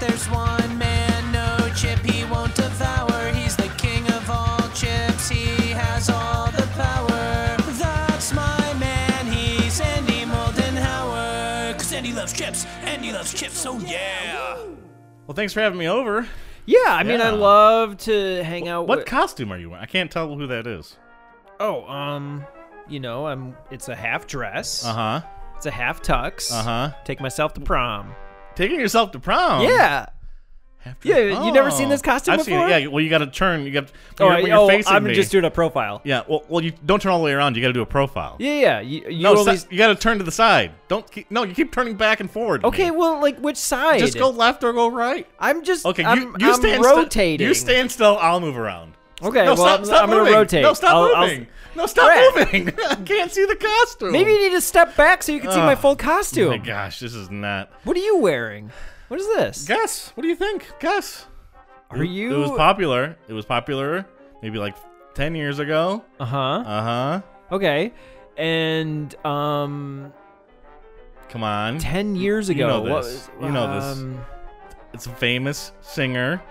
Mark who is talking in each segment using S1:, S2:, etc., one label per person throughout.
S1: there's one man, no chip he won't devour. He's the king of all chips, he has all the power. That's my man, he's Andy Moldenhauer. Cause Andy loves chips, Andy loves chips, so yeah.
S2: Well, thanks for having me over.
S3: Yeah, I mean, I
S2: Yeah.
S3: love to hang out.
S2: What
S3: with,
S2: costume are you wearing? I can't tell who that is.
S3: Oh, um, you know, I'm. It's a half dress.
S2: Uh huh.
S3: It's a half tux.
S2: Uh huh.
S3: Take myself to prom.
S2: Taking yourself to prom.
S3: yeah.
S2: After-
S3: Yeah, you never seen this costume
S2: I've
S3: before?
S2: Seen it. Yeah. Well, you got to turn. You got.
S3: Oh,
S2: You're,
S3: I-
S2: when you're
S3: oh,
S2: facing
S3: I'm
S2: me.
S3: just doing a profile.
S2: Yeah. Well, well, you don't turn all the way around. You got to do a profile.
S3: Yeah, yeah. You, you
S2: no,
S3: only-
S2: si- you got to turn to the side. Don't. Keep, no, you keep turning back and forward. to me.
S3: okay, well, like which side?
S2: Just go left or go right.
S3: I'm just.
S2: Okay,
S3: I'm,
S2: you, you
S3: I'm
S2: stand sti-
S3: rotating.
S2: you stand still. I'll move around.
S3: Okay,
S2: no,
S3: well,
S2: stop,
S3: I'm-
S2: stop
S3: I'm gonna
S2: moving.
S3: rotate.
S2: No, stop
S3: I'll- I'll-
S2: moving. no, stop
S3: Brett.
S2: moving. I can't see the costume.
S3: Maybe you need to step back so you can see my
S2: Ugh.
S3: full
S2: Oh
S3: costume.
S2: my gosh, this is not.
S3: What are you wearing? What is this?
S2: Guess. What do you think? Guess.
S3: Are you?
S2: It was popular. It was popular. Maybe like ten years ago.
S3: Uh huh.
S2: Uh huh.
S3: Okay. And um,
S2: Come on.
S3: ten years ago,
S2: You know
S3: what
S2: this.
S3: was
S2: You know this.
S3: um,
S2: It's a famous singer.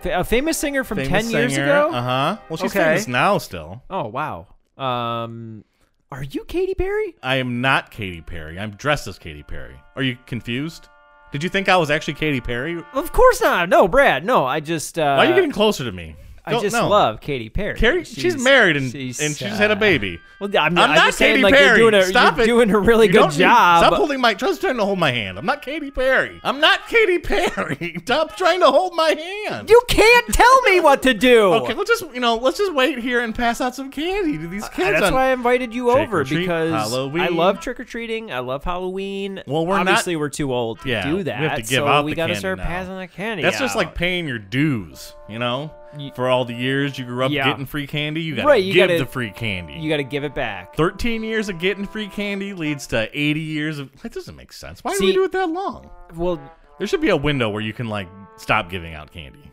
S3: fa- a famous singer from
S2: Famous
S3: ten years
S2: singer.
S3: ago.
S2: Uh huh. Well, she's
S3: Okay.
S2: famous now still.
S3: Oh wow. Um, are you Katy Perry?
S2: I am not Katy Perry. I'm dressed as Katy Perry. Are you confused? Did you think I was actually Katy Perry?
S3: Of course not. No, Brad. No, I just. Uh,
S2: Why are you getting closer to me?
S3: I
S2: Don't-
S3: just
S2: no.
S3: love Katy Perry.
S2: Carrie. She's, married and
S3: she's,
S2: and she just
S3: uh,
S2: had a baby.
S3: Well, I'm,
S2: I'm, not
S3: just
S2: Katy
S3: saying, like,
S2: Perry.
S3: You're doing a,
S2: stop
S3: you're
S2: it.
S3: doing a really
S2: You
S3: good
S2: don't need-
S3: job.
S2: Stop holding my. Just trying to hold my hand. I'm not Katy Perry. I'm not Katy Perry. Stop trying to hold my hand.
S3: You can't tell me what to do.
S2: okay, let's just you know let's just wait here and pass out some candy to these kids.
S3: And Uh, Ah, that's
S2: on-
S3: why I invited you
S2: Trick or
S3: over
S2: treat,
S3: because I
S2: Halloween.
S3: love trick or treating. I love Halloween.
S2: Well, we're not-
S3: obviously we're too old to
S2: yeah,
S3: do that.
S2: We have to give
S3: so
S2: out
S3: we
S2: the
S3: gotta
S2: candy
S3: start
S2: now.
S3: passing that candy.
S2: That's just
S3: out.
S2: like paying your dues, you know.
S3: Ye-
S2: For all the years you grew up
S3: Yeah.
S2: getting free candy, you gotta
S3: Right, you
S2: give
S3: gotta-
S2: the free candy.
S3: you got to give it back.
S2: 13 years of getting free candy leads to 80 years of. That doesn't make sense. Why do
S3: See-
S2: we do it that long?
S3: Well,
S2: There should be a window where you can, like, stop giving out candy.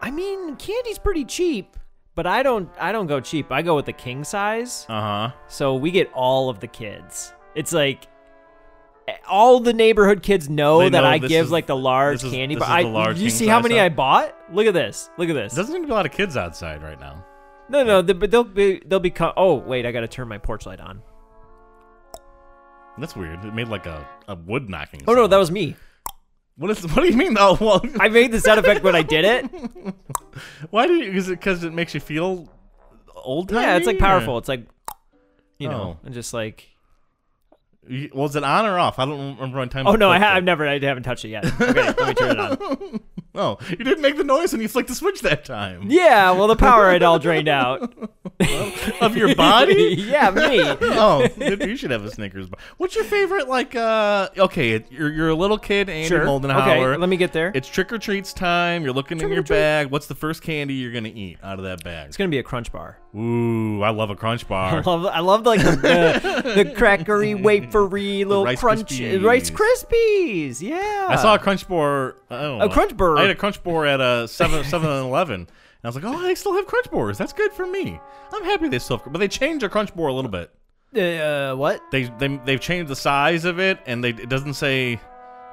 S3: I mean, candy's pretty cheap, but I don't. I don't go cheap. I go with the king size,
S2: Uh huh.
S3: so we get all of the kids. It's like. eh, All the neighborhood kids know
S2: They
S3: that
S2: know
S3: I
S2: this
S3: give
S2: is-
S3: like the large
S2: this is-
S3: candy,
S2: this
S3: but
S2: is
S3: I
S2: the large
S3: you
S2: king
S3: see how
S2: size
S3: many
S2: stuff.
S3: I bought? Look at this. Look at this.
S2: Doesn't seem to be a lot of kids outside right now.
S3: No, no, the, but they'll be they'll be. co- oh wait, I gotta turn my porch light on.
S2: That's weird. It made like a, a wood knocking.
S3: Oh no,
S2: sound.
S3: that was me.
S2: What, is, what do you mean? Oh, well,
S3: I made the sound effect when I did it.
S2: why do you. Is it because it makes you feel old time?
S3: Yeah, it's like powerful. It's like, you know,
S2: Oh.
S3: and just like.
S2: Was it on or off? I don't remember on time.
S3: Oh
S2: you
S3: no, I,
S2: clicked
S3: ha-
S2: it.
S3: I've never, I haven't touched it yet. Okay, let me turn it on.
S2: Oh, you didn't make the noise when you flicked the switch that time.
S3: Yeah, well, the power had all drained out.
S2: Of your body?
S3: yeah, me.
S2: oh, you should have a Snickers bar. What's your favorite? Like, uh, okay, it, you're you're a little kid, Andy
S3: Sure.
S2: Moldenhauer.
S3: Okay, let me get there.
S2: It's trick or treats time. You're looking in your bag. What's the first candy you're gonna eat out of that bag?
S3: It's gonna be a crunch bar.
S2: Ooh, I love a Crunch
S3: I
S2: Bar.
S3: love, I love like the, the, the crackery, wafery little
S2: Rice
S3: crunch
S2: Krispies.
S3: Rice Krispies. Yeah,
S2: I saw a Crunch Bar. Oh,
S3: A Crunch Bar.
S2: I had a Crunch Bar at a seven Seven Eleven. And I was like, oh, they still have Crunch Bars. That's good for me. I'm happy they still, have, but they changed their Crunch Bar a little bit.
S3: Uh, what?
S2: they, they they've changed the size of it, and they it doesn't say it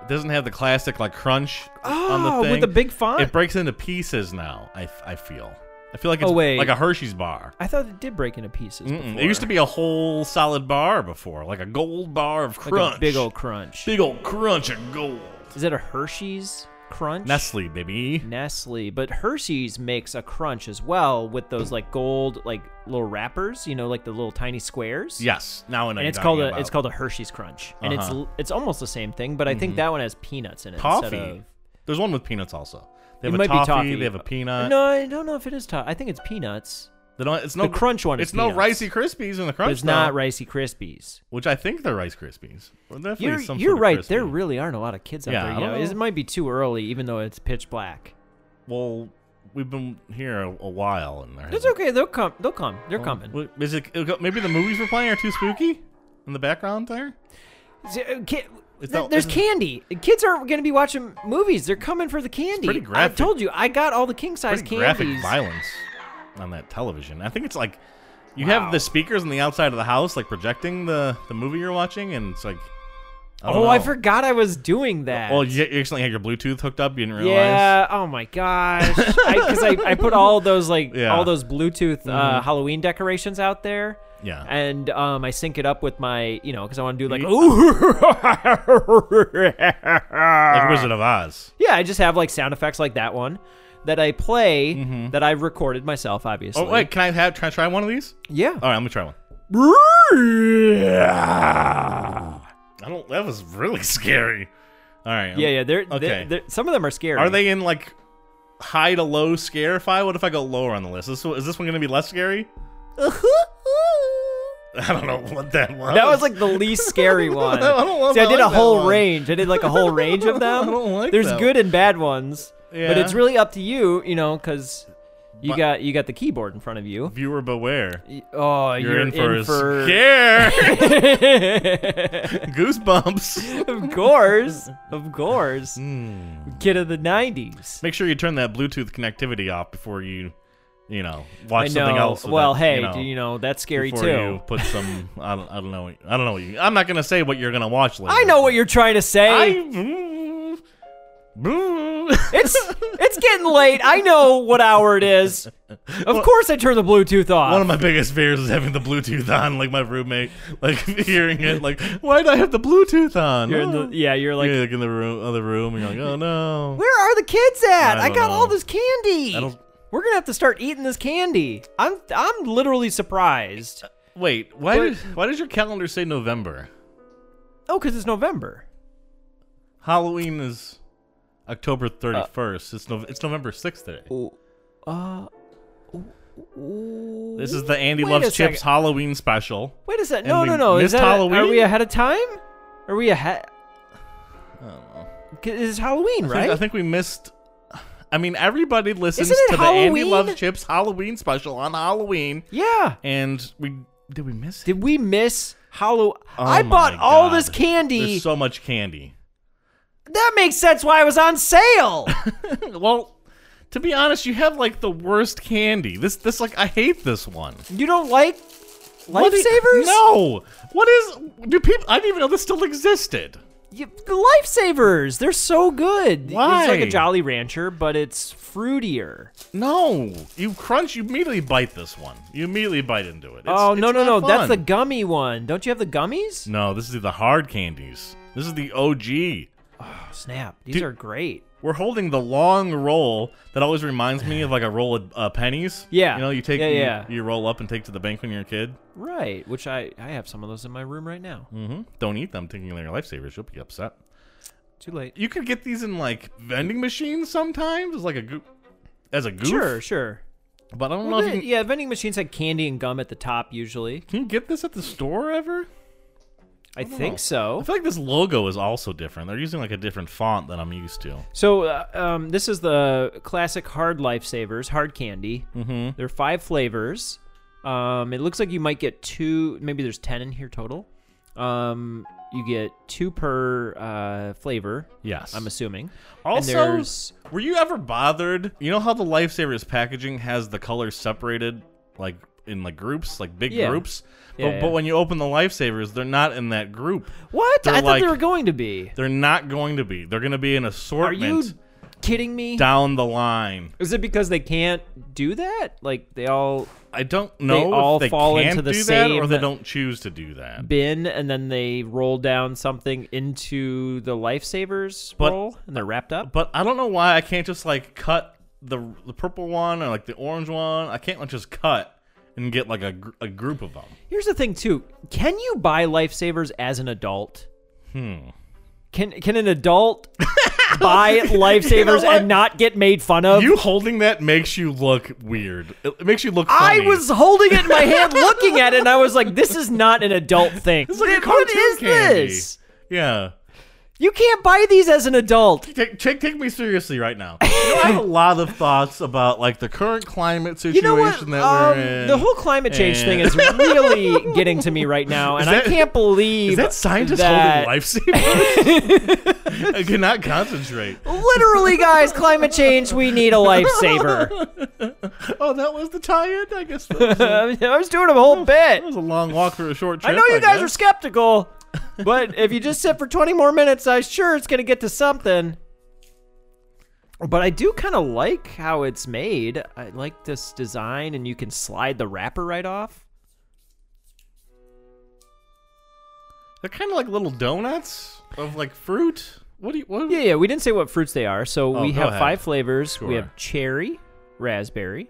S2: doesn't have the classic like crunch on
S3: Oh,
S2: the
S3: with
S2: thing.
S3: the big font?
S2: It breaks into pieces now. I, f- I feel I feel like it's
S3: Oh, wait.
S2: like a Hershey's bar.
S3: I thought it did break into pieces.
S2: Mm-mm. It used to be a whole solid bar before, like a gold bar of
S3: like
S2: crunch,
S3: a big old crunch.
S2: big old crunch of gold.
S3: Is it a Hershey's crunch?
S2: Nestle, baby.
S3: Nestle, but Hershey's makes a crunch as well with those like gold like little wrappers, you know, like the little tiny squares.
S2: Yes, now I
S3: And
S2: know. you're
S3: it's called a
S2: talking
S3: it's
S2: about.
S3: called a Hershey's crunch, and it's
S2: Uh-huh. Mm-hmm.
S3: l- it's almost the same thing, but I think that one has peanuts in it.
S2: toffee.
S3: Instead of,
S2: There's one with peanuts also. They
S3: it
S2: have a
S3: might
S2: toffee,
S3: be toffee.
S2: They have a peanut.
S3: No, I don't know if it is toffee. I think it's peanuts.
S2: they don't, it's no
S3: the crunch one is
S2: It's no
S3: peanuts.
S2: Ricey Krispies in the
S3: but
S2: crunch.
S3: it's not
S2: though.
S3: Ricey Krispies.
S2: which I think they're Rice Krispies. Or definitely
S3: You're,
S2: some
S3: you're
S2: sort of
S3: right.
S2: crispy.
S3: There really aren't a lot of kids out
S2: Yeah, I
S3: there. You
S2: don't
S3: know,
S2: know.
S3: it might be too early, even though it's pitch black.
S2: well, we've been here a, a while, and there
S3: It's
S2: hasn't-
S3: okay. They'll come. They'll come. They're
S2: Oh,
S3: coming.
S2: Wait, Is it it'll go- maybe the movies we're playing are too spooky in the background there?
S3: Z- uh, ki-
S2: It's
S3: th-
S2: not-
S3: there's
S2: it's-
S3: candy. Kids aren't going to be watching movies. They're coming for the candy.
S2: pretty graphic.
S3: I told you, I got all the king size
S2: Pretty
S3: candies.
S2: graphic violence on that television. I think it's like you have the speakers on the outside of the house, like projecting the the movie you're watching, and it's like I don't
S3: oh, I
S2: know.
S3: forgot I was doing that.
S2: Well, you, you accidentally had your Bluetooth hooked up. You didn't realize.
S3: Yeah. Oh my gosh. Because I, I, put all those like
S2: Yeah. Mm-hmm.
S3: all those Bluetooth uh, Halloween decorations out there.
S2: Yeah.
S3: And um, I sync it up with my, you know, because I want to do like, ooh.
S2: Like Wizard of Oz.
S3: yeah, I just have like sound effects like that one that I play that I recorded myself, obviously.
S2: Mm-hmm. Oh uh, wait, can I have try try one of these?
S3: Yeah.
S2: All right, let me try one. I don't. That was really scary. All right.
S3: yeah, yeah. They're,
S2: Okay.
S3: they're, they're- some of them are scary.
S2: Are they in like high to low scarify? What if I go lower on the list? Is this, is this one going to be less scary? I don't know what that was.
S3: That was like the least scary one.
S2: I don't love-
S3: See, I
S2: I
S3: did
S2: like
S3: a
S2: that
S3: whole
S2: one.
S3: range. I did like a whole range of them.
S2: I don't like
S3: There's
S2: that
S3: good and bad ones, but it's
S2: Yeah.
S3: really up to you, you know, because you
S2: But-
S3: got you got the keyboard in front of you.
S2: viewer beware.
S3: Y- Oh,
S2: You're, in for a scare. Goosebumps.
S3: of course, of course.
S2: Hmm.
S3: Kid of the '90s.
S2: Make sure you turn that Bluetooth connectivity off before you, you know,
S3: I
S2: watch
S3: know.
S2: something else. with
S3: well,
S2: that,
S3: hey,
S2: you know,
S3: do you know that's scary
S2: before
S3: too?
S2: you put some. I don't, I don't know. I don't know. What you, I'm not gonna say what you're gonna watch later.
S3: I know what you're trying to say.
S2: I.
S3: It's it's getting late. I know what hour it is. Of course, I turn the Bluetooth off.
S2: One of my biggest fears is having the Bluetooth on, like my roommate, like hearing it, like, why do I have the Bluetooth on?
S3: You're in
S2: Oh.
S3: the, yeah, you're like,
S2: You're, like in the room, other room, and you're like, oh no.
S3: where are the kids at? I,
S2: I don't
S3: got all
S2: know.
S3: this candy.
S2: I don't-
S3: We're gonna have to start eating this candy. I'm I'm literally surprised.
S2: Wait, why
S3: But-
S2: did, why does your calendar say November?
S3: Oh, because it's November.
S2: Halloween is
S3: Uh.
S2: October 31st. it's no, it's November 6th today.
S3: Uh,
S2: This is the Andy
S3: Wait a
S2: Loves Chips
S3: second.
S2: Halloween special.
S3: Wait a sec.
S2: And
S3: No,
S2: we
S3: no, no. Is
S2: missed
S3: that
S2: Halloween?
S3: are we ahead of time? Are we ahead?
S2: I don't know.
S3: It's Halloween,
S2: I think- I
S3: right?
S2: think we missed. I mean, everybody listens
S3: Isn't it
S2: to the Andy
S3: Halloween?
S2: Loves Chips Halloween special on Halloween,
S3: Yeah.
S2: and we did we miss?
S3: Did we miss Halloween?
S2: Oh
S3: I
S2: my
S3: bought all
S2: God.
S3: this candy.
S2: There's so much candy.
S3: that makes sense. Why it was on sale?
S2: Well, to be honest, you have like the worst candy. This, this, like, I hate this one.
S3: you don't like
S2: What i-
S3: lifesavers?
S2: No. What is? Do people? I didn't even know this still existed.
S3: You, the lifesavers, they're so good. It's like
S2: Why?
S3: a Jolly Rancher, but it's fruitier.
S2: No. You crunch. You immediately bite this one. You immediately bite into it. It's-
S3: oh no
S2: it's
S3: no no,
S2: not
S3: that's the
S2: fun. Mm.
S3: gummy one. Don't you have the gummies?
S2: No, this is the hard candies. This is the OG.
S3: Oh, snap, these
S2: Do-
S3: are great.
S2: We're holding the long roll that always reminds me of like a roll of uh, pennies.
S3: Yeah.
S2: You know, you take
S3: Yeah,
S2: you-
S3: yeah.
S2: You, roll up and take to the bank when you're a kid.
S3: Right, which I I have some of those in my room right now.
S2: Mm-hmm. Don't eat them, thinking they're lifesavers. You'll be upset.
S3: Too late.
S2: You could get these in like vending machines sometimes, as like a goo as a goof.
S3: Sure sure.
S2: But I don't
S3: Well,
S2: know if
S3: the-
S2: you can,
S3: yeah, vending machines had candy and gum at the top usually.
S2: can you get this at the store ever.
S3: I, think
S2: I
S3: so.
S2: feel like this logo is also different. They're using like a different font than I'm used to.
S3: So uh, um, this is the classic hard lifesavers, hard candy. Mm-hmm. There are five flavors. Um, it looks like you might get two. Maybe there's ten in here total. Um, you get two per uh, flavor.
S2: Yes.
S3: I'm assuming.
S2: Also,
S3: and there's,
S2: were you ever bothered? You know how the lifesavers packaging has the colors separated, like in like groups, like big
S3: Yeah.
S2: groups. But,
S3: Yeah, yeah.
S2: but when you open the lifesavers, they're not in that group.
S3: what?
S2: they're
S3: I thought
S2: like-
S3: they were going to be.
S2: They're not going to be. They're going to be an
S3: Are you
S2: assortment
S3: kidding me?
S2: down the line.
S3: Is it because they can't do that? Like they all
S2: I don't know
S3: all
S2: if they
S3: fall
S2: can't
S3: into the
S2: do that or
S3: same-
S2: they don't choose to do that.
S3: bin and then they roll down something into the lifesavers
S2: But-
S3: roll and they're wrapped up.
S2: But I don't know why I can't just like cut the the purple one or like the orange one. I can't like just cut and get like a, gr- a group of them.
S3: Here's the thing too. Can you buy lifesavers as an adult? Hmm. Can can an adult buy lifesavers
S2: what?
S3: and not get made fun of?
S2: You holding that makes you look weird. It, it makes you look.
S3: I
S2: funny.
S3: was holding it in my hand looking at it and I was like, this is not an adult thing.
S2: It's like a
S3: what
S2: cartoon
S3: is
S2: candy.
S3: this?
S2: Yeah.
S3: You can't buy these as an adult.
S2: Take, take take me seriously right now. You know, I have a lot of thoughts about like the current climate
S3: You
S2: situation
S3: know what?
S2: that
S3: Um,
S2: we're in.
S3: the whole climate change thing is really getting to me right now, and
S2: that-
S3: I can't believe
S2: is that scientist
S3: that-
S2: holding lifesavers? I cannot concentrate.
S3: Literally, guys, climate change. We need a lifesaver.
S2: Oh, that was the tie-in. I guess that was, that
S3: I was doing a whole bit.
S2: was a long walk for a short trip.
S3: I know you guys
S2: guess.
S3: are skeptical, but if you just sit for 20 more minutes, I sure it's gonna get to something. But I do kind of like how it's made. I like this design, and you can slide the wrapper right off.
S2: They're kind of like little donuts of like fruit. What do you? What?
S3: Yeah, yeah. We didn't say what fruits they are, so
S2: Oh,
S3: we
S2: go
S3: have
S2: ahead.
S3: five flavors. We
S2: Sure.
S3: have cherry, raspberry,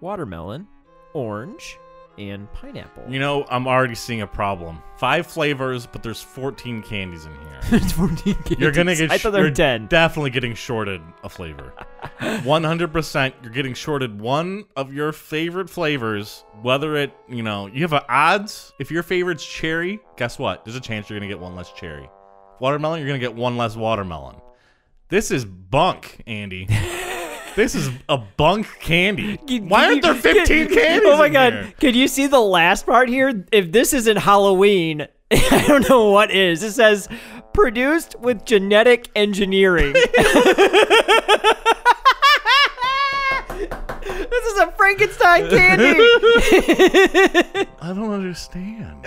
S3: watermelon, orange, and pineapple.
S2: You know, I'm already seeing a problem. Five flavors, but there's 14 candies in here.
S3: It's 14 kids.
S2: You're gonna get.
S3: I thought
S2: sh-
S3: there were
S2: you're
S3: 10.
S2: Definitely getting shorted a flavor. 100. percent You're getting shorted one of your favorite flavors. Whether it, you know, you have a odds. If your favorite's cherry, guess what? There's a chance you're gonna get one less cherry. Watermelon, you're gonna get one less watermelon. This is bunk, Andy. this is a bunk candy.
S3: Can-
S2: Why
S3: can
S2: aren't there
S3: you- can-
S2: 15 candies?
S3: Oh my
S2: in
S3: god!
S2: here?
S3: Could you see the last part here? If this isn't Halloween, I don't know what is. It says produced with genetic engineering. this is a Frankenstein candy.
S2: I don't understand.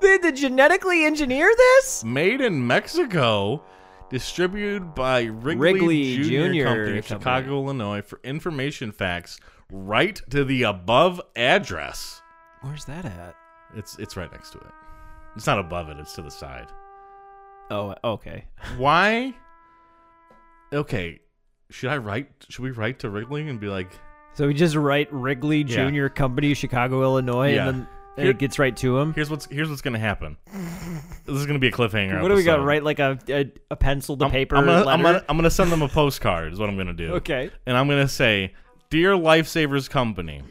S3: they had to genetically engineer this.
S2: made in Mexico, distributed by Wrigley,
S3: Wrigley
S2: Jr.
S3: Jr.
S2: Company of
S3: Company.
S2: Chicago, Illinois. For information facts, write to the above address.
S3: Where's that at?
S2: It's it's right next to it. It's not above it. It's to the side.
S3: Oh, okay.
S2: Why? Okay, should I write? Should we write to Wrigley and be like,
S3: So we just write Wrigley
S2: Yeah.
S3: Junior Company, Chicago, Illinois, and
S2: Yeah.
S3: then and
S2: Here-
S3: it gets right to him.
S2: "Here's what's here's what's gonna happen. This is gonna be a cliffhanger."
S3: What do we got?
S2: episode.
S3: Write like a a, a pencil to
S2: I'm-
S3: paper
S2: I'm gonna,
S3: letter.
S2: I'm gonna I'm gonna send them a postcard. Is what I'm gonna do.
S3: Okay.
S2: and I'm going to say, Dear Lifesavers Company,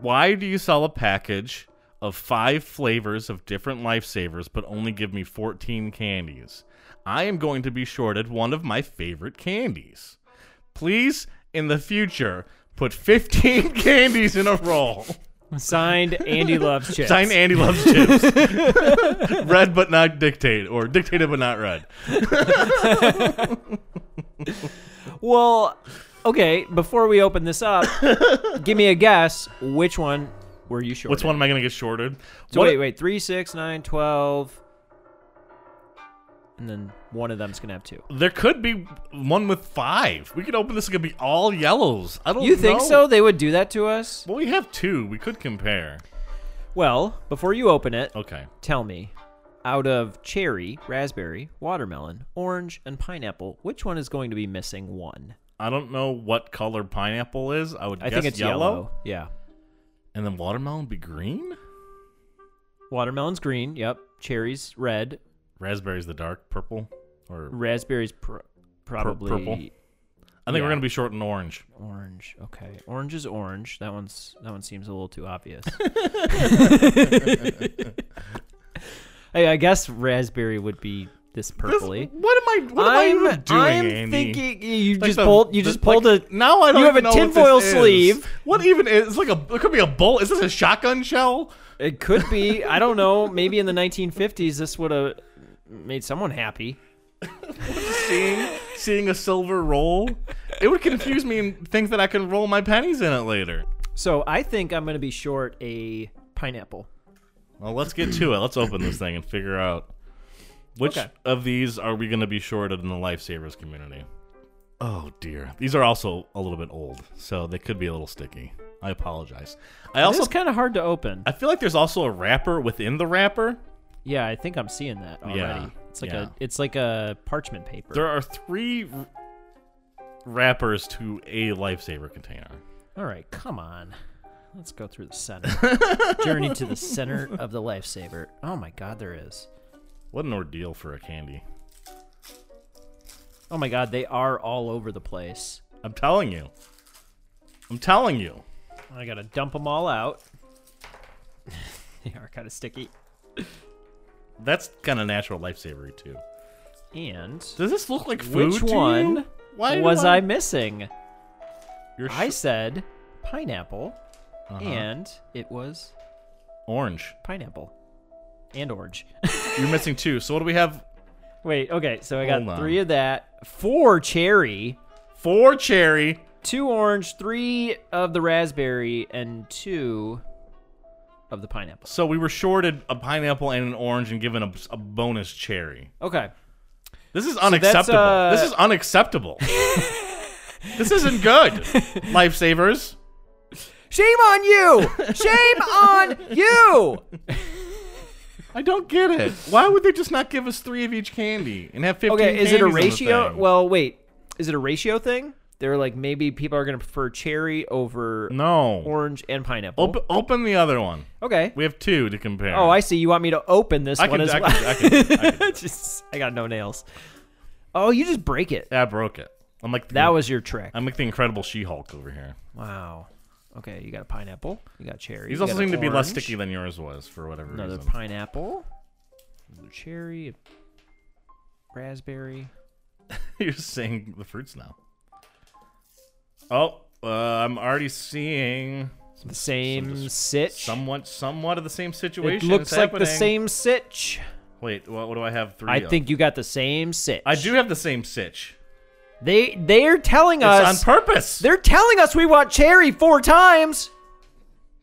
S2: why do you sell a package of five flavors of different lifesavers but only give me 14 candies? I am going to be shorted one of my favorite candies. Please, in the future, put 15 candies in a roll.
S3: Signed, Andy loves chips.
S2: Sign Andy Loves Chips. read but not dictate, or dictated but not read.
S3: well, okay. Before we open this up, give me a guess. Which one were you short?
S2: Which one am I going to get shorted?
S3: So
S2: What-
S3: wait, wait. Three, six, nine, twelve, and then one of them's gonna have two.
S2: There could be one with five. We could open this. It could be all yellows. I don't.
S3: You think
S2: know.
S3: so? They would do that to us?
S2: Well, we have two. We could compare.
S3: Well, before you open it,
S2: Okay.
S3: tell me. Out of cherry, raspberry, watermelon, orange, and pineapple, which one is going to be missing one?
S2: I don't know what color pineapple is. I would
S3: I
S2: guess
S3: think it's
S2: yellow.
S3: yellow. Yeah.
S2: And then watermelon would be green.
S3: Watermelon's green. Yep. Cherries red.
S2: Raspberry's the dark purple. Or
S3: Raspberries pr- probably
S2: purple. I think
S3: yeah.
S2: we're gonna be short and orange.
S3: orange. Okay, orange is orange. That one's that one seems a little too obvious. hey, I guess raspberry would be this
S2: This-
S3: purpley.
S2: what am I? What
S3: I'm
S2: am I even doing,
S3: I'm
S2: Andy?
S3: thinking you
S2: Like
S3: just
S2: the-
S3: pulled you
S2: the-
S3: just pulled
S2: like,
S3: a
S2: Now I don't.
S3: you have
S2: even
S3: a
S2: know what
S3: tinfoil
S2: this is.
S3: sleeve.
S2: What even is? It's like a. It could be a bullet. Is this a shotgun shell?
S3: It could be I don't know. Maybe in the 1950s this would have made someone happy.
S2: seeing seeing a silver roll, it would confuse me and think that I can roll my pennies in it later.
S3: So I think I'm gonna be short a pineapple.
S2: Well, let's get to it. Let's open this thing and figure out which
S3: Okay.
S2: of these are we going to be shorted in the lifesavers community. Oh dear, these are also a little bit old, so they could be a little sticky. I apologize. I
S3: This
S2: also
S3: is kind of hard to open.
S2: I feel like there's also a wrapper within the wrapper.
S3: Yeah, I think I'm seeing that already.
S2: Yeah,
S3: It's like
S2: yeah.
S3: a it's like a parchment paper.
S2: There are three r- wrappers to a lifesaver container.
S3: All right, come on. Let's go through the center. Journey to the center of the lifesaver. Oh my god, there is.
S2: What an ordeal for a candy.
S3: Oh my god, they are all over the place.
S2: I'm telling you. I'm telling you.
S3: I gotta dump them all out. they are kind of sticky.
S2: That's kind of natural lifesavery too.
S3: And
S2: Does this look like food
S3: which
S2: to you?
S3: one
S2: Why do
S3: was
S2: I?
S3: I missing?
S2: You're sh-
S3: I said pineapple,
S2: Uh-huh.
S3: and it was
S2: orange.
S3: pineapple and orange.
S2: You're missing two. So what do we have?
S3: Wait, okay, so I got
S2: Hold on.
S3: three of that, four cherry.
S2: Four cherry.
S3: two orange, three of the raspberry, and two of the pineapple.
S2: So we were shorted a pineapple and an orange and given a, a bonus cherry.
S3: Okay.
S2: This is
S3: that's,
S2: unacceptable.
S3: uh,
S2: This is unacceptable. this isn't good. Lifesavers.
S3: Shame on you! Shame on you!
S2: I don't get it. Why would they just not give us three of each candy and have 15
S3: Okay, is it a
S2: candies on the
S3: ratio?
S2: thing?
S3: Well, wait. Is it a ratio thing? They're like maybe people are going to prefer cherry over
S2: no.
S3: orange and pineapple.
S2: Open, open the other one.
S3: okay.
S2: We have two to compare.
S3: Oh, I see. You want me to open this
S2: I
S3: one
S2: can,
S3: as
S2: I,
S3: well?
S2: can, I, can, I, can-
S3: Just- I got no nails. Oh, you just break it.
S2: I broke it. I'm like the,
S3: That was your trick.
S2: I'm like the Incredible She-Hulk over here.
S3: wow. Okay, you got a pineapple. You got cherry.
S2: These
S3: you
S2: also
S3: got an
S2: seem to be
S3: orange,
S2: less sticky than yours was for whatever
S3: Another
S2: reason.
S3: pineapple. Another cherry. Raspberry.
S2: You're saying the fruits now. Oh, uh, I'm already seeing
S3: The same sitch.
S2: somewhat, somewhat of the same
S3: it
S2: situation.
S3: looks
S2: is
S3: like the
S2: happening.
S3: same sitch.
S2: Wait, what, what do I have? Three.
S3: I
S2: of?
S3: think you got the same sitch.
S2: I do have the same sitch.
S3: They they're telling us
S2: It's on purpose.
S3: they're telling us we want cherry four times.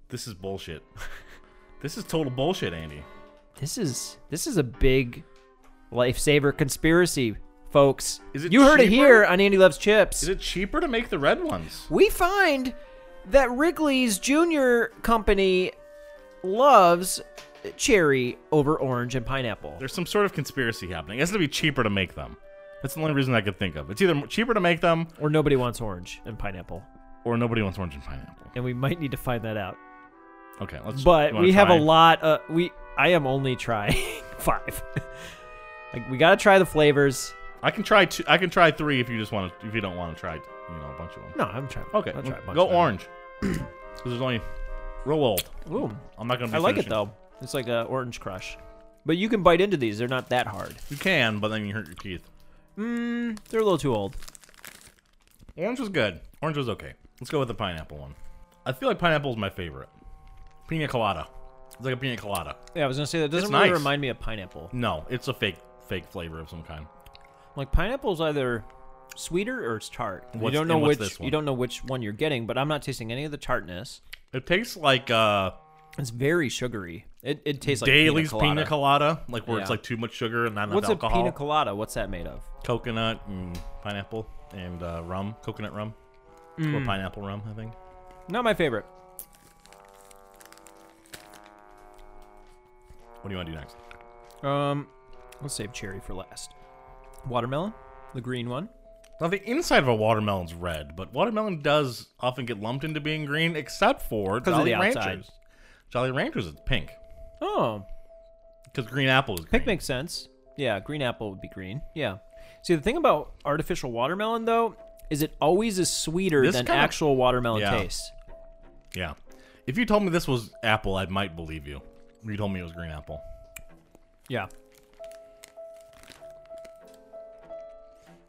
S2: This is bullshit. this is total bullshit, Andy.
S3: This is this is a big lifesaver conspiracy, folks.
S2: Is it
S3: you heard it
S2: cheaper?
S3: here on Andy Loves Chips.
S2: Is it cheaper to make the red ones?
S3: we find that Wrigley's Junior Company loves cherry over orange and pineapple.
S2: There's some sort of conspiracy happening. It has to be cheaper to make them. That's the only reason I could think of. It's either cheaper to make them
S3: Or nobody wants orange and pineapple.
S2: or nobody wants orange and pineapple.
S3: And we might need to find that out.
S2: Okay, let's.
S3: But
S2: you wanna
S3: we have a
S2: try?
S3: lot uh we I am only trying five. like we gotta try the flavors.
S2: I can try two. I can try three if you just want to. If you don't want to try, you know, a bunch of them.
S3: No, I'm trying.
S2: Okay,
S3: I'll try a bunch
S2: go
S3: of them.
S2: orange. this is only real old.
S3: Ooh,
S2: I'm not gonna. Be
S3: I like it
S2: finishing.
S3: though. It's like a orange crush, but you can bite into these. They're not that hard.
S2: You can, but then you hurt your teeth.
S3: Mm, they're a little too old.
S2: Orange was good. Orange was okay. Let's go with the pineapple one. I feel like pineapple is my favorite. Pina colada. It's like a pina colada.
S3: Yeah, I was gonna say that doesn't
S2: It's
S3: really
S2: nice.
S3: remind me of pineapple.
S2: No, it's a fake fake flavor of some kind.
S3: Like pineapple's either sweeter or it's tart. you
S2: What's-
S3: don't know
S2: and what's
S3: which.
S2: this one?
S3: You don't know which one you're getting, but I'm not tasting any of the tartness.
S2: It tastes like uh,
S3: It's very sugary. It, it tastes like
S2: Daly's
S3: pina colada.
S2: like where it's
S3: Yeah.
S2: like too much sugar and not enough
S3: What's
S2: alcohol.
S3: a pina colada? What's that made of?
S2: Coconut and pineapple and uh, rum, coconut rum,
S3: Mm.
S2: or pineapple rum, I think.
S3: Not my favorite.
S2: What do you want to do next?
S3: Um, let's save cherry for last. Watermelon, the green one.
S2: Now the inside of a watermelon's red, but watermelon does often get lumped into being green, except for
S3: of
S2: Jolly
S3: the outside.
S2: Ranchers. Jolly Ranchers is pink
S3: Oh,
S2: because green apple is green.
S3: Pink makes sense. Yeah, green apple would be green. Yeah. See, the thing about artificial watermelon though is it always is sweeter
S2: This
S3: than
S2: kinda-
S3: actual watermelon
S2: Yeah.
S3: taste.
S2: Yeah. If you told me this was apple, I might believe you. You told me it was green apple.
S3: Yeah.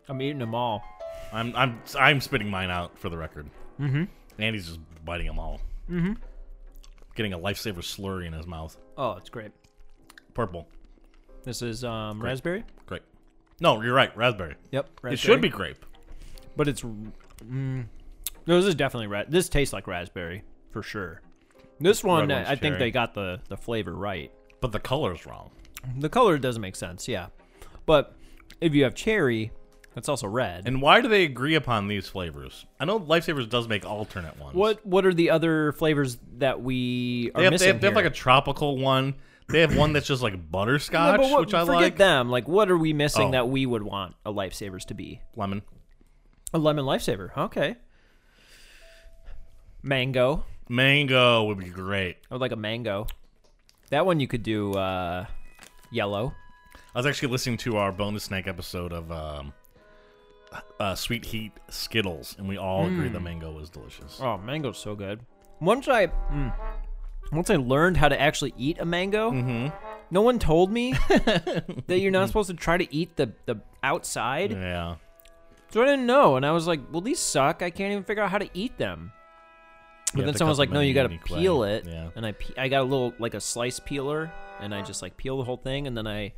S3: I'm eating them all.
S2: I'm I'm I'm spitting mine out for the record. Mm-hmm. Andy's just biting them all. Mm-hmm. Getting a lifesaver slurry in his mouth.
S3: Oh, it's great.
S2: Purple.
S3: This is um, raspberry.
S2: Grape. No, you're right. Raspberry.
S3: Yep, raspberry.
S2: It should be grape.
S3: but it's. r- Mm, no, this is definitely ra- This tastes like raspberry for sure. This one, uh,
S2: one's
S3: I I think
S2: cherry.
S3: they got the the flavor right.
S2: But the color's wrong.
S3: The color doesn't make sense. Yeah, but if you have cherry, that's also red.
S2: And why do they agree upon these flavors? I know Lifesavers does make alternate ones.
S3: What what are the other flavors that we are
S2: They have, they,
S3: missing?
S2: have, they have
S3: here?
S2: like a tropical one. They have one that's just like
S3: Yeah,
S2: butterscotch,
S3: but what-
S2: which I
S3: forget
S2: like.
S3: them. Like, what are we missing
S2: Oh.
S3: that we would want a lifesavers to be?
S2: Lemon.
S3: A lemon lifesaver. Okay. Mango.
S2: Mango would be great.
S3: I would like a mango. That one you could do uh, yellow.
S2: I was actually listening to our bonus snake episode of um, uh, Sweet Heat Skittles, and we all agree
S3: Hmm.
S2: the mango was delicious.
S3: Oh, mango's so good. Once I mm, once I learned how to actually eat a mango, no one told me that you're not supposed to try to eat the the outside.
S2: Yeah.
S3: So I didn't know, and I was like, "Well, these suck. I can't even figure out how to eat them." But
S2: have
S3: then
S2: to
S3: someone's
S2: cut
S3: like,
S2: them
S3: "No,
S2: in a
S3: you got to
S2: unique way."
S3: peel it."
S2: Yeah.
S3: And I, pe- I got a little like a slice peeler, and I just like peel the whole thing, and then I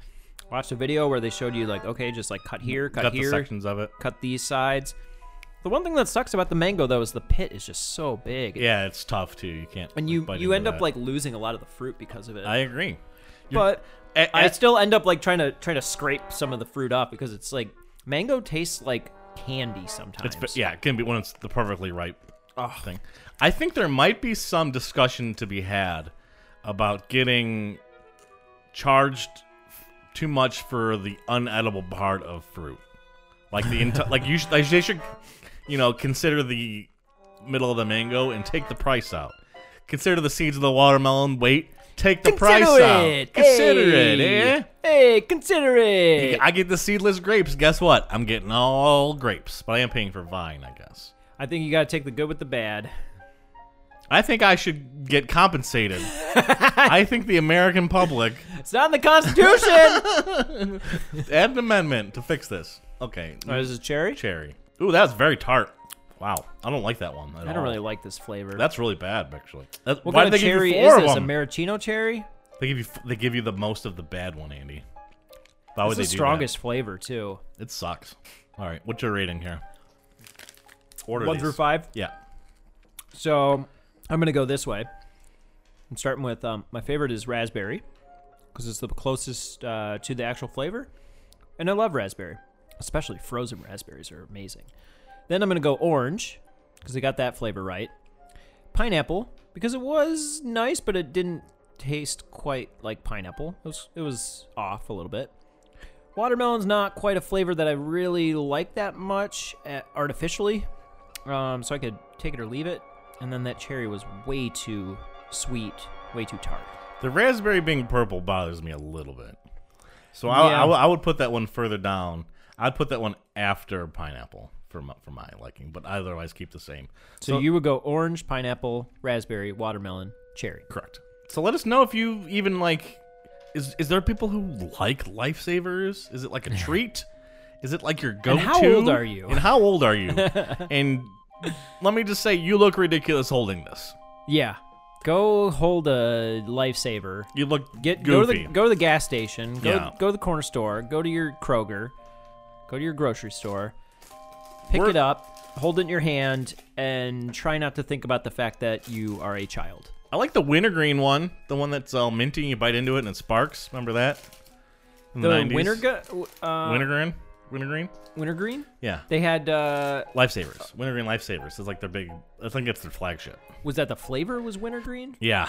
S3: watched a video where they showed you like, okay, just like cut here, cut
S2: Got the
S3: here,
S2: sections of it.
S3: cut these sides. The one thing that sucks about the mango though is the pit is just so big.
S2: Yeah, it's tough too. You can't.
S3: And you
S2: bite
S3: you
S2: into
S3: end up
S2: that.
S3: like losing a lot of the fruit because of it.
S2: I agree. You- eh.
S3: but
S2: a-
S3: I
S2: a-
S3: still end up like trying to trying to scrape some of the fruit off because it's like mango tastes like candy sometimes.
S2: It's, but yeah, it can be when it's the perfectly ripe thing. I think there might be some discussion to be had about getting charged f- too much for the unedible part of fruit, like the entire. like you, sh- like they should, you know, consider the middle of the mango and take the price out. Consider the seeds of the watermelon. Wait, take the price out. Consider it. Eh?
S3: Hey, consider it.
S2: I get the seedless grapes. Guess what? I'm getting all grapes, but I am paying for vine, I guess.
S3: I think you got to take the good with the bad.
S2: I think I should get compensated. I think the American public
S3: It's not in the Constitution.
S2: Oh, add an amendment to fix this. Okay,
S3: oh, is it cherry?
S2: cherry. Ooh, that's very tart. Wow, I don't like that one. At
S3: I
S2: all.
S3: don't really like this flavor.
S2: That's really bad, actually. That-
S3: what
S2: why
S3: kind
S2: did
S3: of
S2: they
S3: cherry
S2: give you four
S3: is this?
S2: of
S3: A
S2: them?
S3: maraschino cherry?
S2: they give you f- they give you the most of the bad one, Andy. Why
S3: It's
S2: would Oh, they
S3: the
S2: do
S3: strongest flavor too.
S2: That? It sucks. All right, what's your rating here? Order
S3: One
S2: these.
S3: through five.
S2: Yeah.
S3: So I'm gonna go this way. I'm starting with um, my favorite is raspberry because it's the closest uh, to the actual flavor, and I love raspberry, especially frozen raspberries are amazing. Then I'm gonna go orange because they got that flavor right. Pineapple because it was nice, but it didn't taste quite like pineapple. It was it was off a little bit. Watermelon's not quite a flavor that I really like that much uh, artificially, um, so I could take it or leave it. And then that cherry was way too sweet, way too tart.
S2: The raspberry being purple bothers me a little bit. So I,
S3: Yeah.
S2: I, I would put that one further down. I'd put that one after pineapple for my, for my liking, but otherwise keep the same.
S3: So, you would go orange, pineapple, raspberry, watermelon, cherry.
S2: Correct. So let us know if you even like. Is is there people who like lifesavers? Is it like a treat? Is it like your go-to?
S3: how old are you?
S2: And how old are you? and let me just say, you look ridiculous holding this.
S3: Yeah, go hold a lifesaver.
S2: You look
S3: Get
S2: goofy.
S3: go to the go to the gas station. Go
S2: Yeah.
S3: go to the corner store. Go to your Kroger. Go to your grocery store. Pick
S2: We're-
S3: it up. Hold it in your hand and try not to think about the fact that you are a child.
S2: I like the wintergreen one, the one that's all minty. You bite into it and it sparks. Remember that? In
S3: The
S2: 90s?
S3: winter, gu- uh,
S2: wintergreen, wintergreen.
S3: wintergreen.
S2: Yeah,
S3: They had uh,
S2: lifesavers. Wintergreen lifesavers is like their big. I think it's their flagship.
S3: was that the flavor was wintergreen?
S2: Yeah,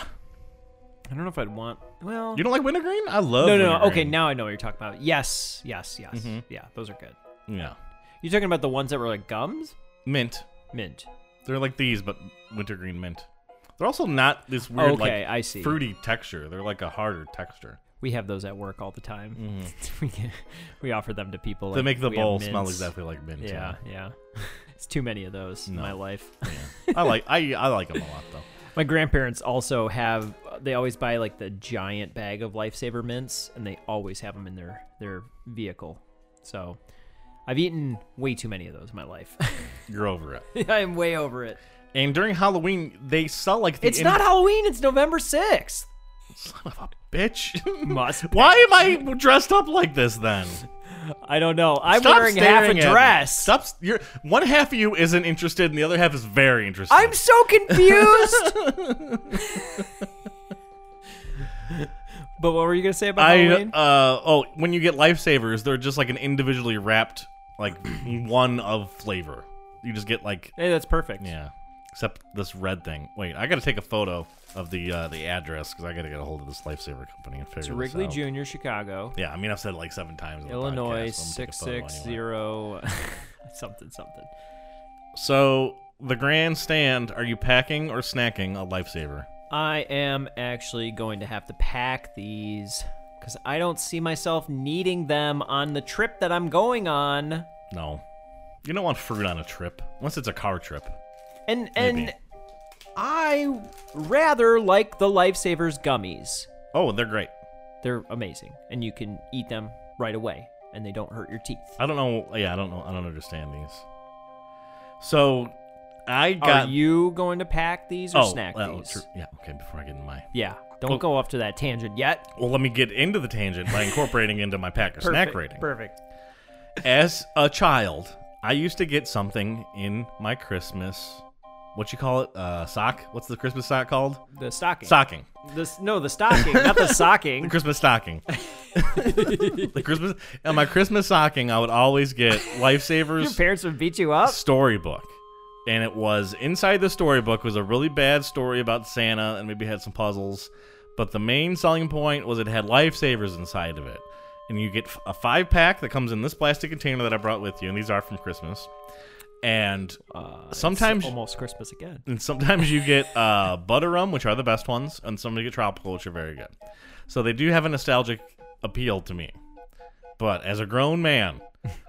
S3: I don't know if I'd want. Well,
S2: you don't like wintergreen? I love.
S3: no, no, no. Okay,
S2: wintergreen. Mm-hmm.
S3: now I know what you're talking about. Yes, yes, yes. Yeah, those are good.
S2: Yeah,
S3: You're talking about the ones that were like gums,
S2: mint.
S3: mint.
S2: They're like these, but wintergreen mint. They're also not this weird
S3: Okay,
S2: like
S3: I see.
S2: fruity texture. They're like a harder texture.
S3: We have those at work all the time. we, get- we offer them to people.
S2: Mm-hmm. they
S3: like,
S2: make the
S3: we have
S2: bowl smell
S3: mints.
S2: exactly like mint.
S3: Yeah, yeah. it's too many of those in my life.
S2: yeah. I like I I like them a lot though.
S3: my grandparents also have. They always buy like the giant bag of lifesaver mints, and they always have them in their their vehicle. So, I've eaten way too many of those in my life.
S2: You're over it.
S3: I'm way over it.
S2: And during Halloween, they sell like the
S3: It's
S2: in-
S3: not Halloween. It's November 6th.
S2: son of a bitch.
S3: Must.
S2: Why am I dressed up like this then?
S3: I don't know. I'm
S2: Stop
S3: wearing half a
S2: staring at me.
S3: dress.
S2: Stop. s- You're, one half of you isn't interested, and the other half is very interested.
S3: I'm so confused. but what were you gonna say about
S2: I
S3: Halloween?
S2: uh oh. When you get lifesavers, they're just like an individually wrapped like one of flavor. You just get like
S3: hey, that's perfect.
S2: yeah. Except this red thing. Wait, I gotta take a photo of the uh, the address because I gotta get a hold of this lifesaver company and figure
S3: It's
S2: this
S3: Wrigley
S2: out.
S3: Jr., Chicago,
S2: Yeah, I mean I've said it like seven times. on the
S3: Illinois
S2: podcast, so I'm gonna take a
S3: six
S2: photo
S3: six
S2: anyway.
S3: zero something something.
S2: So the grandstand. Are you packing or snacking a lifesaver?
S3: I am actually going to have to pack these because I don't see myself needing them on the trip that I'm going on.
S2: No. You don't want fruit on a trip, unless it's a car trip.
S3: And
S2: Maybe.
S3: and I rather like the lifesavers gummies.
S2: Oh, they're great.
S3: They're amazing, and you can eat them right away, and they don't hurt your teeth.
S2: I don't know. Yeah, I don't know. I don't understand these. So, I
S3: Are
S2: got
S3: Oh, you going to pack these or
S2: oh,
S3: snack
S2: well,
S3: these?
S2: true. Yeah. Okay. Before I get in my
S3: Yeah, don't
S2: Oh.
S3: go off to that tangent yet.
S2: well, let me get into the tangent by incorporating into my pack or snack rating.
S3: Perfect.
S2: As a child, I used to get something in my Christmas. What you call it? Uh, sock? What's the Christmas sock called?
S3: The stocking.
S2: Stocking.
S3: The s- no, the stocking, not the
S2: The
S3: socking.
S2: Christmas stocking. the Christmas. And my Christmas stocking, I would always get
S3: Your
S2: lifesavers
S3: parents would beat you up.
S2: storybook. And it was inside the storybook was a really bad story about Santa and maybe had some puzzles. But the main selling point was it had lifesavers inside of it. And you get f- a five pack that comes in this plastic container that I brought with you. And these are from Christmas. And
S3: Uh, it's
S2: sometimes
S3: almost Christmas again.
S2: and sometimes you get uh, butter rum, which are the best ones, and some you get tropical, which are very good. So they do have a nostalgic appeal to me. But as a grown man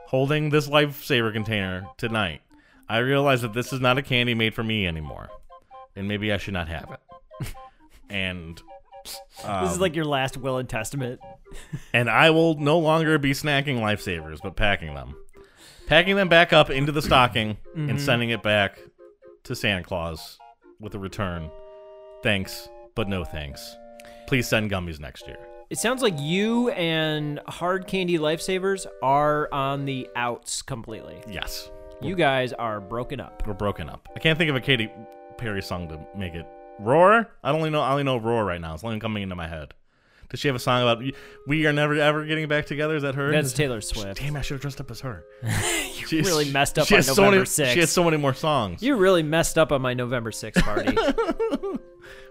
S2: holding this lifesaver container tonight, I realize that this is not a candy made for me anymore, and maybe I should not have it. and Um,
S3: this is like your last will and testament.
S2: and I will no longer be snacking lifesavers, but packing them, packing them back up into the stocking
S3: Mm-hmm.
S2: and sending it back to Santa Claus with a return. Thanks, but no thanks. Please send gummies next year.
S3: It sounds like you and Hard Candy Lifesavers are on the outs completely.
S2: Yes,
S3: You guys are broken up.
S2: we're broken up. I can't think of a Katy Perry song to make it roar. I only know I only know roar right now. It's only coming into my head. Does she have a song about we are never ever getting back together? Is that her?
S3: That's Taylor Swift.
S2: Damn, I should have dressed up as her. you
S3: really messed up
S2: she
S3: on
S2: has so
S3: November
S2: many,
S3: 6th.
S2: She has so many more songs.
S3: You really messed up on my November 6th party.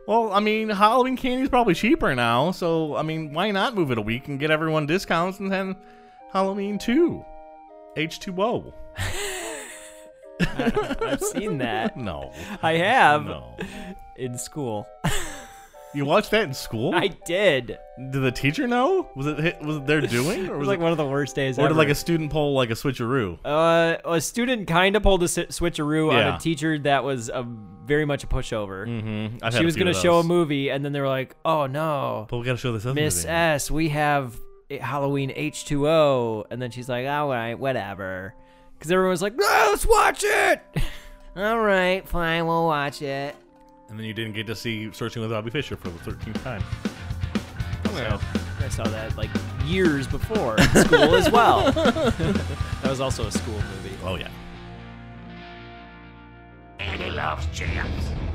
S2: Well, I mean, Halloween candy's probably cheaper now, so I mean, why not move it a week and get everyone discounts and then Halloween two, H two O.
S3: I've seen that.
S2: No,
S3: Uh, I have
S2: no.
S3: in school.
S2: You watched that in school?
S3: I did.
S2: Did the teacher know? Was it hi- was it their doing, or
S3: It
S2: was
S3: was like
S2: it,
S3: one of the worst days
S2: or
S3: ever.
S2: did like a student poll like a switcheroo?
S3: Uh, a student kind of pulled a si- switcheroo on
S2: Yeah.
S3: a teacher that was a, very much a pushover.
S2: Mm-hmm. I've had
S3: She was
S2: going
S3: going
S2: to
S3: to show a movie, and then they were like, oh no,
S2: But we got to show this other
S3: Miss
S2: movie.
S3: S, we have i- Halloween H2O. And then she's like, all right, whatever. Because everyone was like, no, let's watch it. all right, fine, we'll watch it.
S2: and then you didn't get to see Searching with Bobby Fisher for the thirteenth time.
S3: Oh,
S2: So,
S3: I saw that like years before in school as well. that was also a school movie.
S2: oh yeah.
S4: and he loves chickens.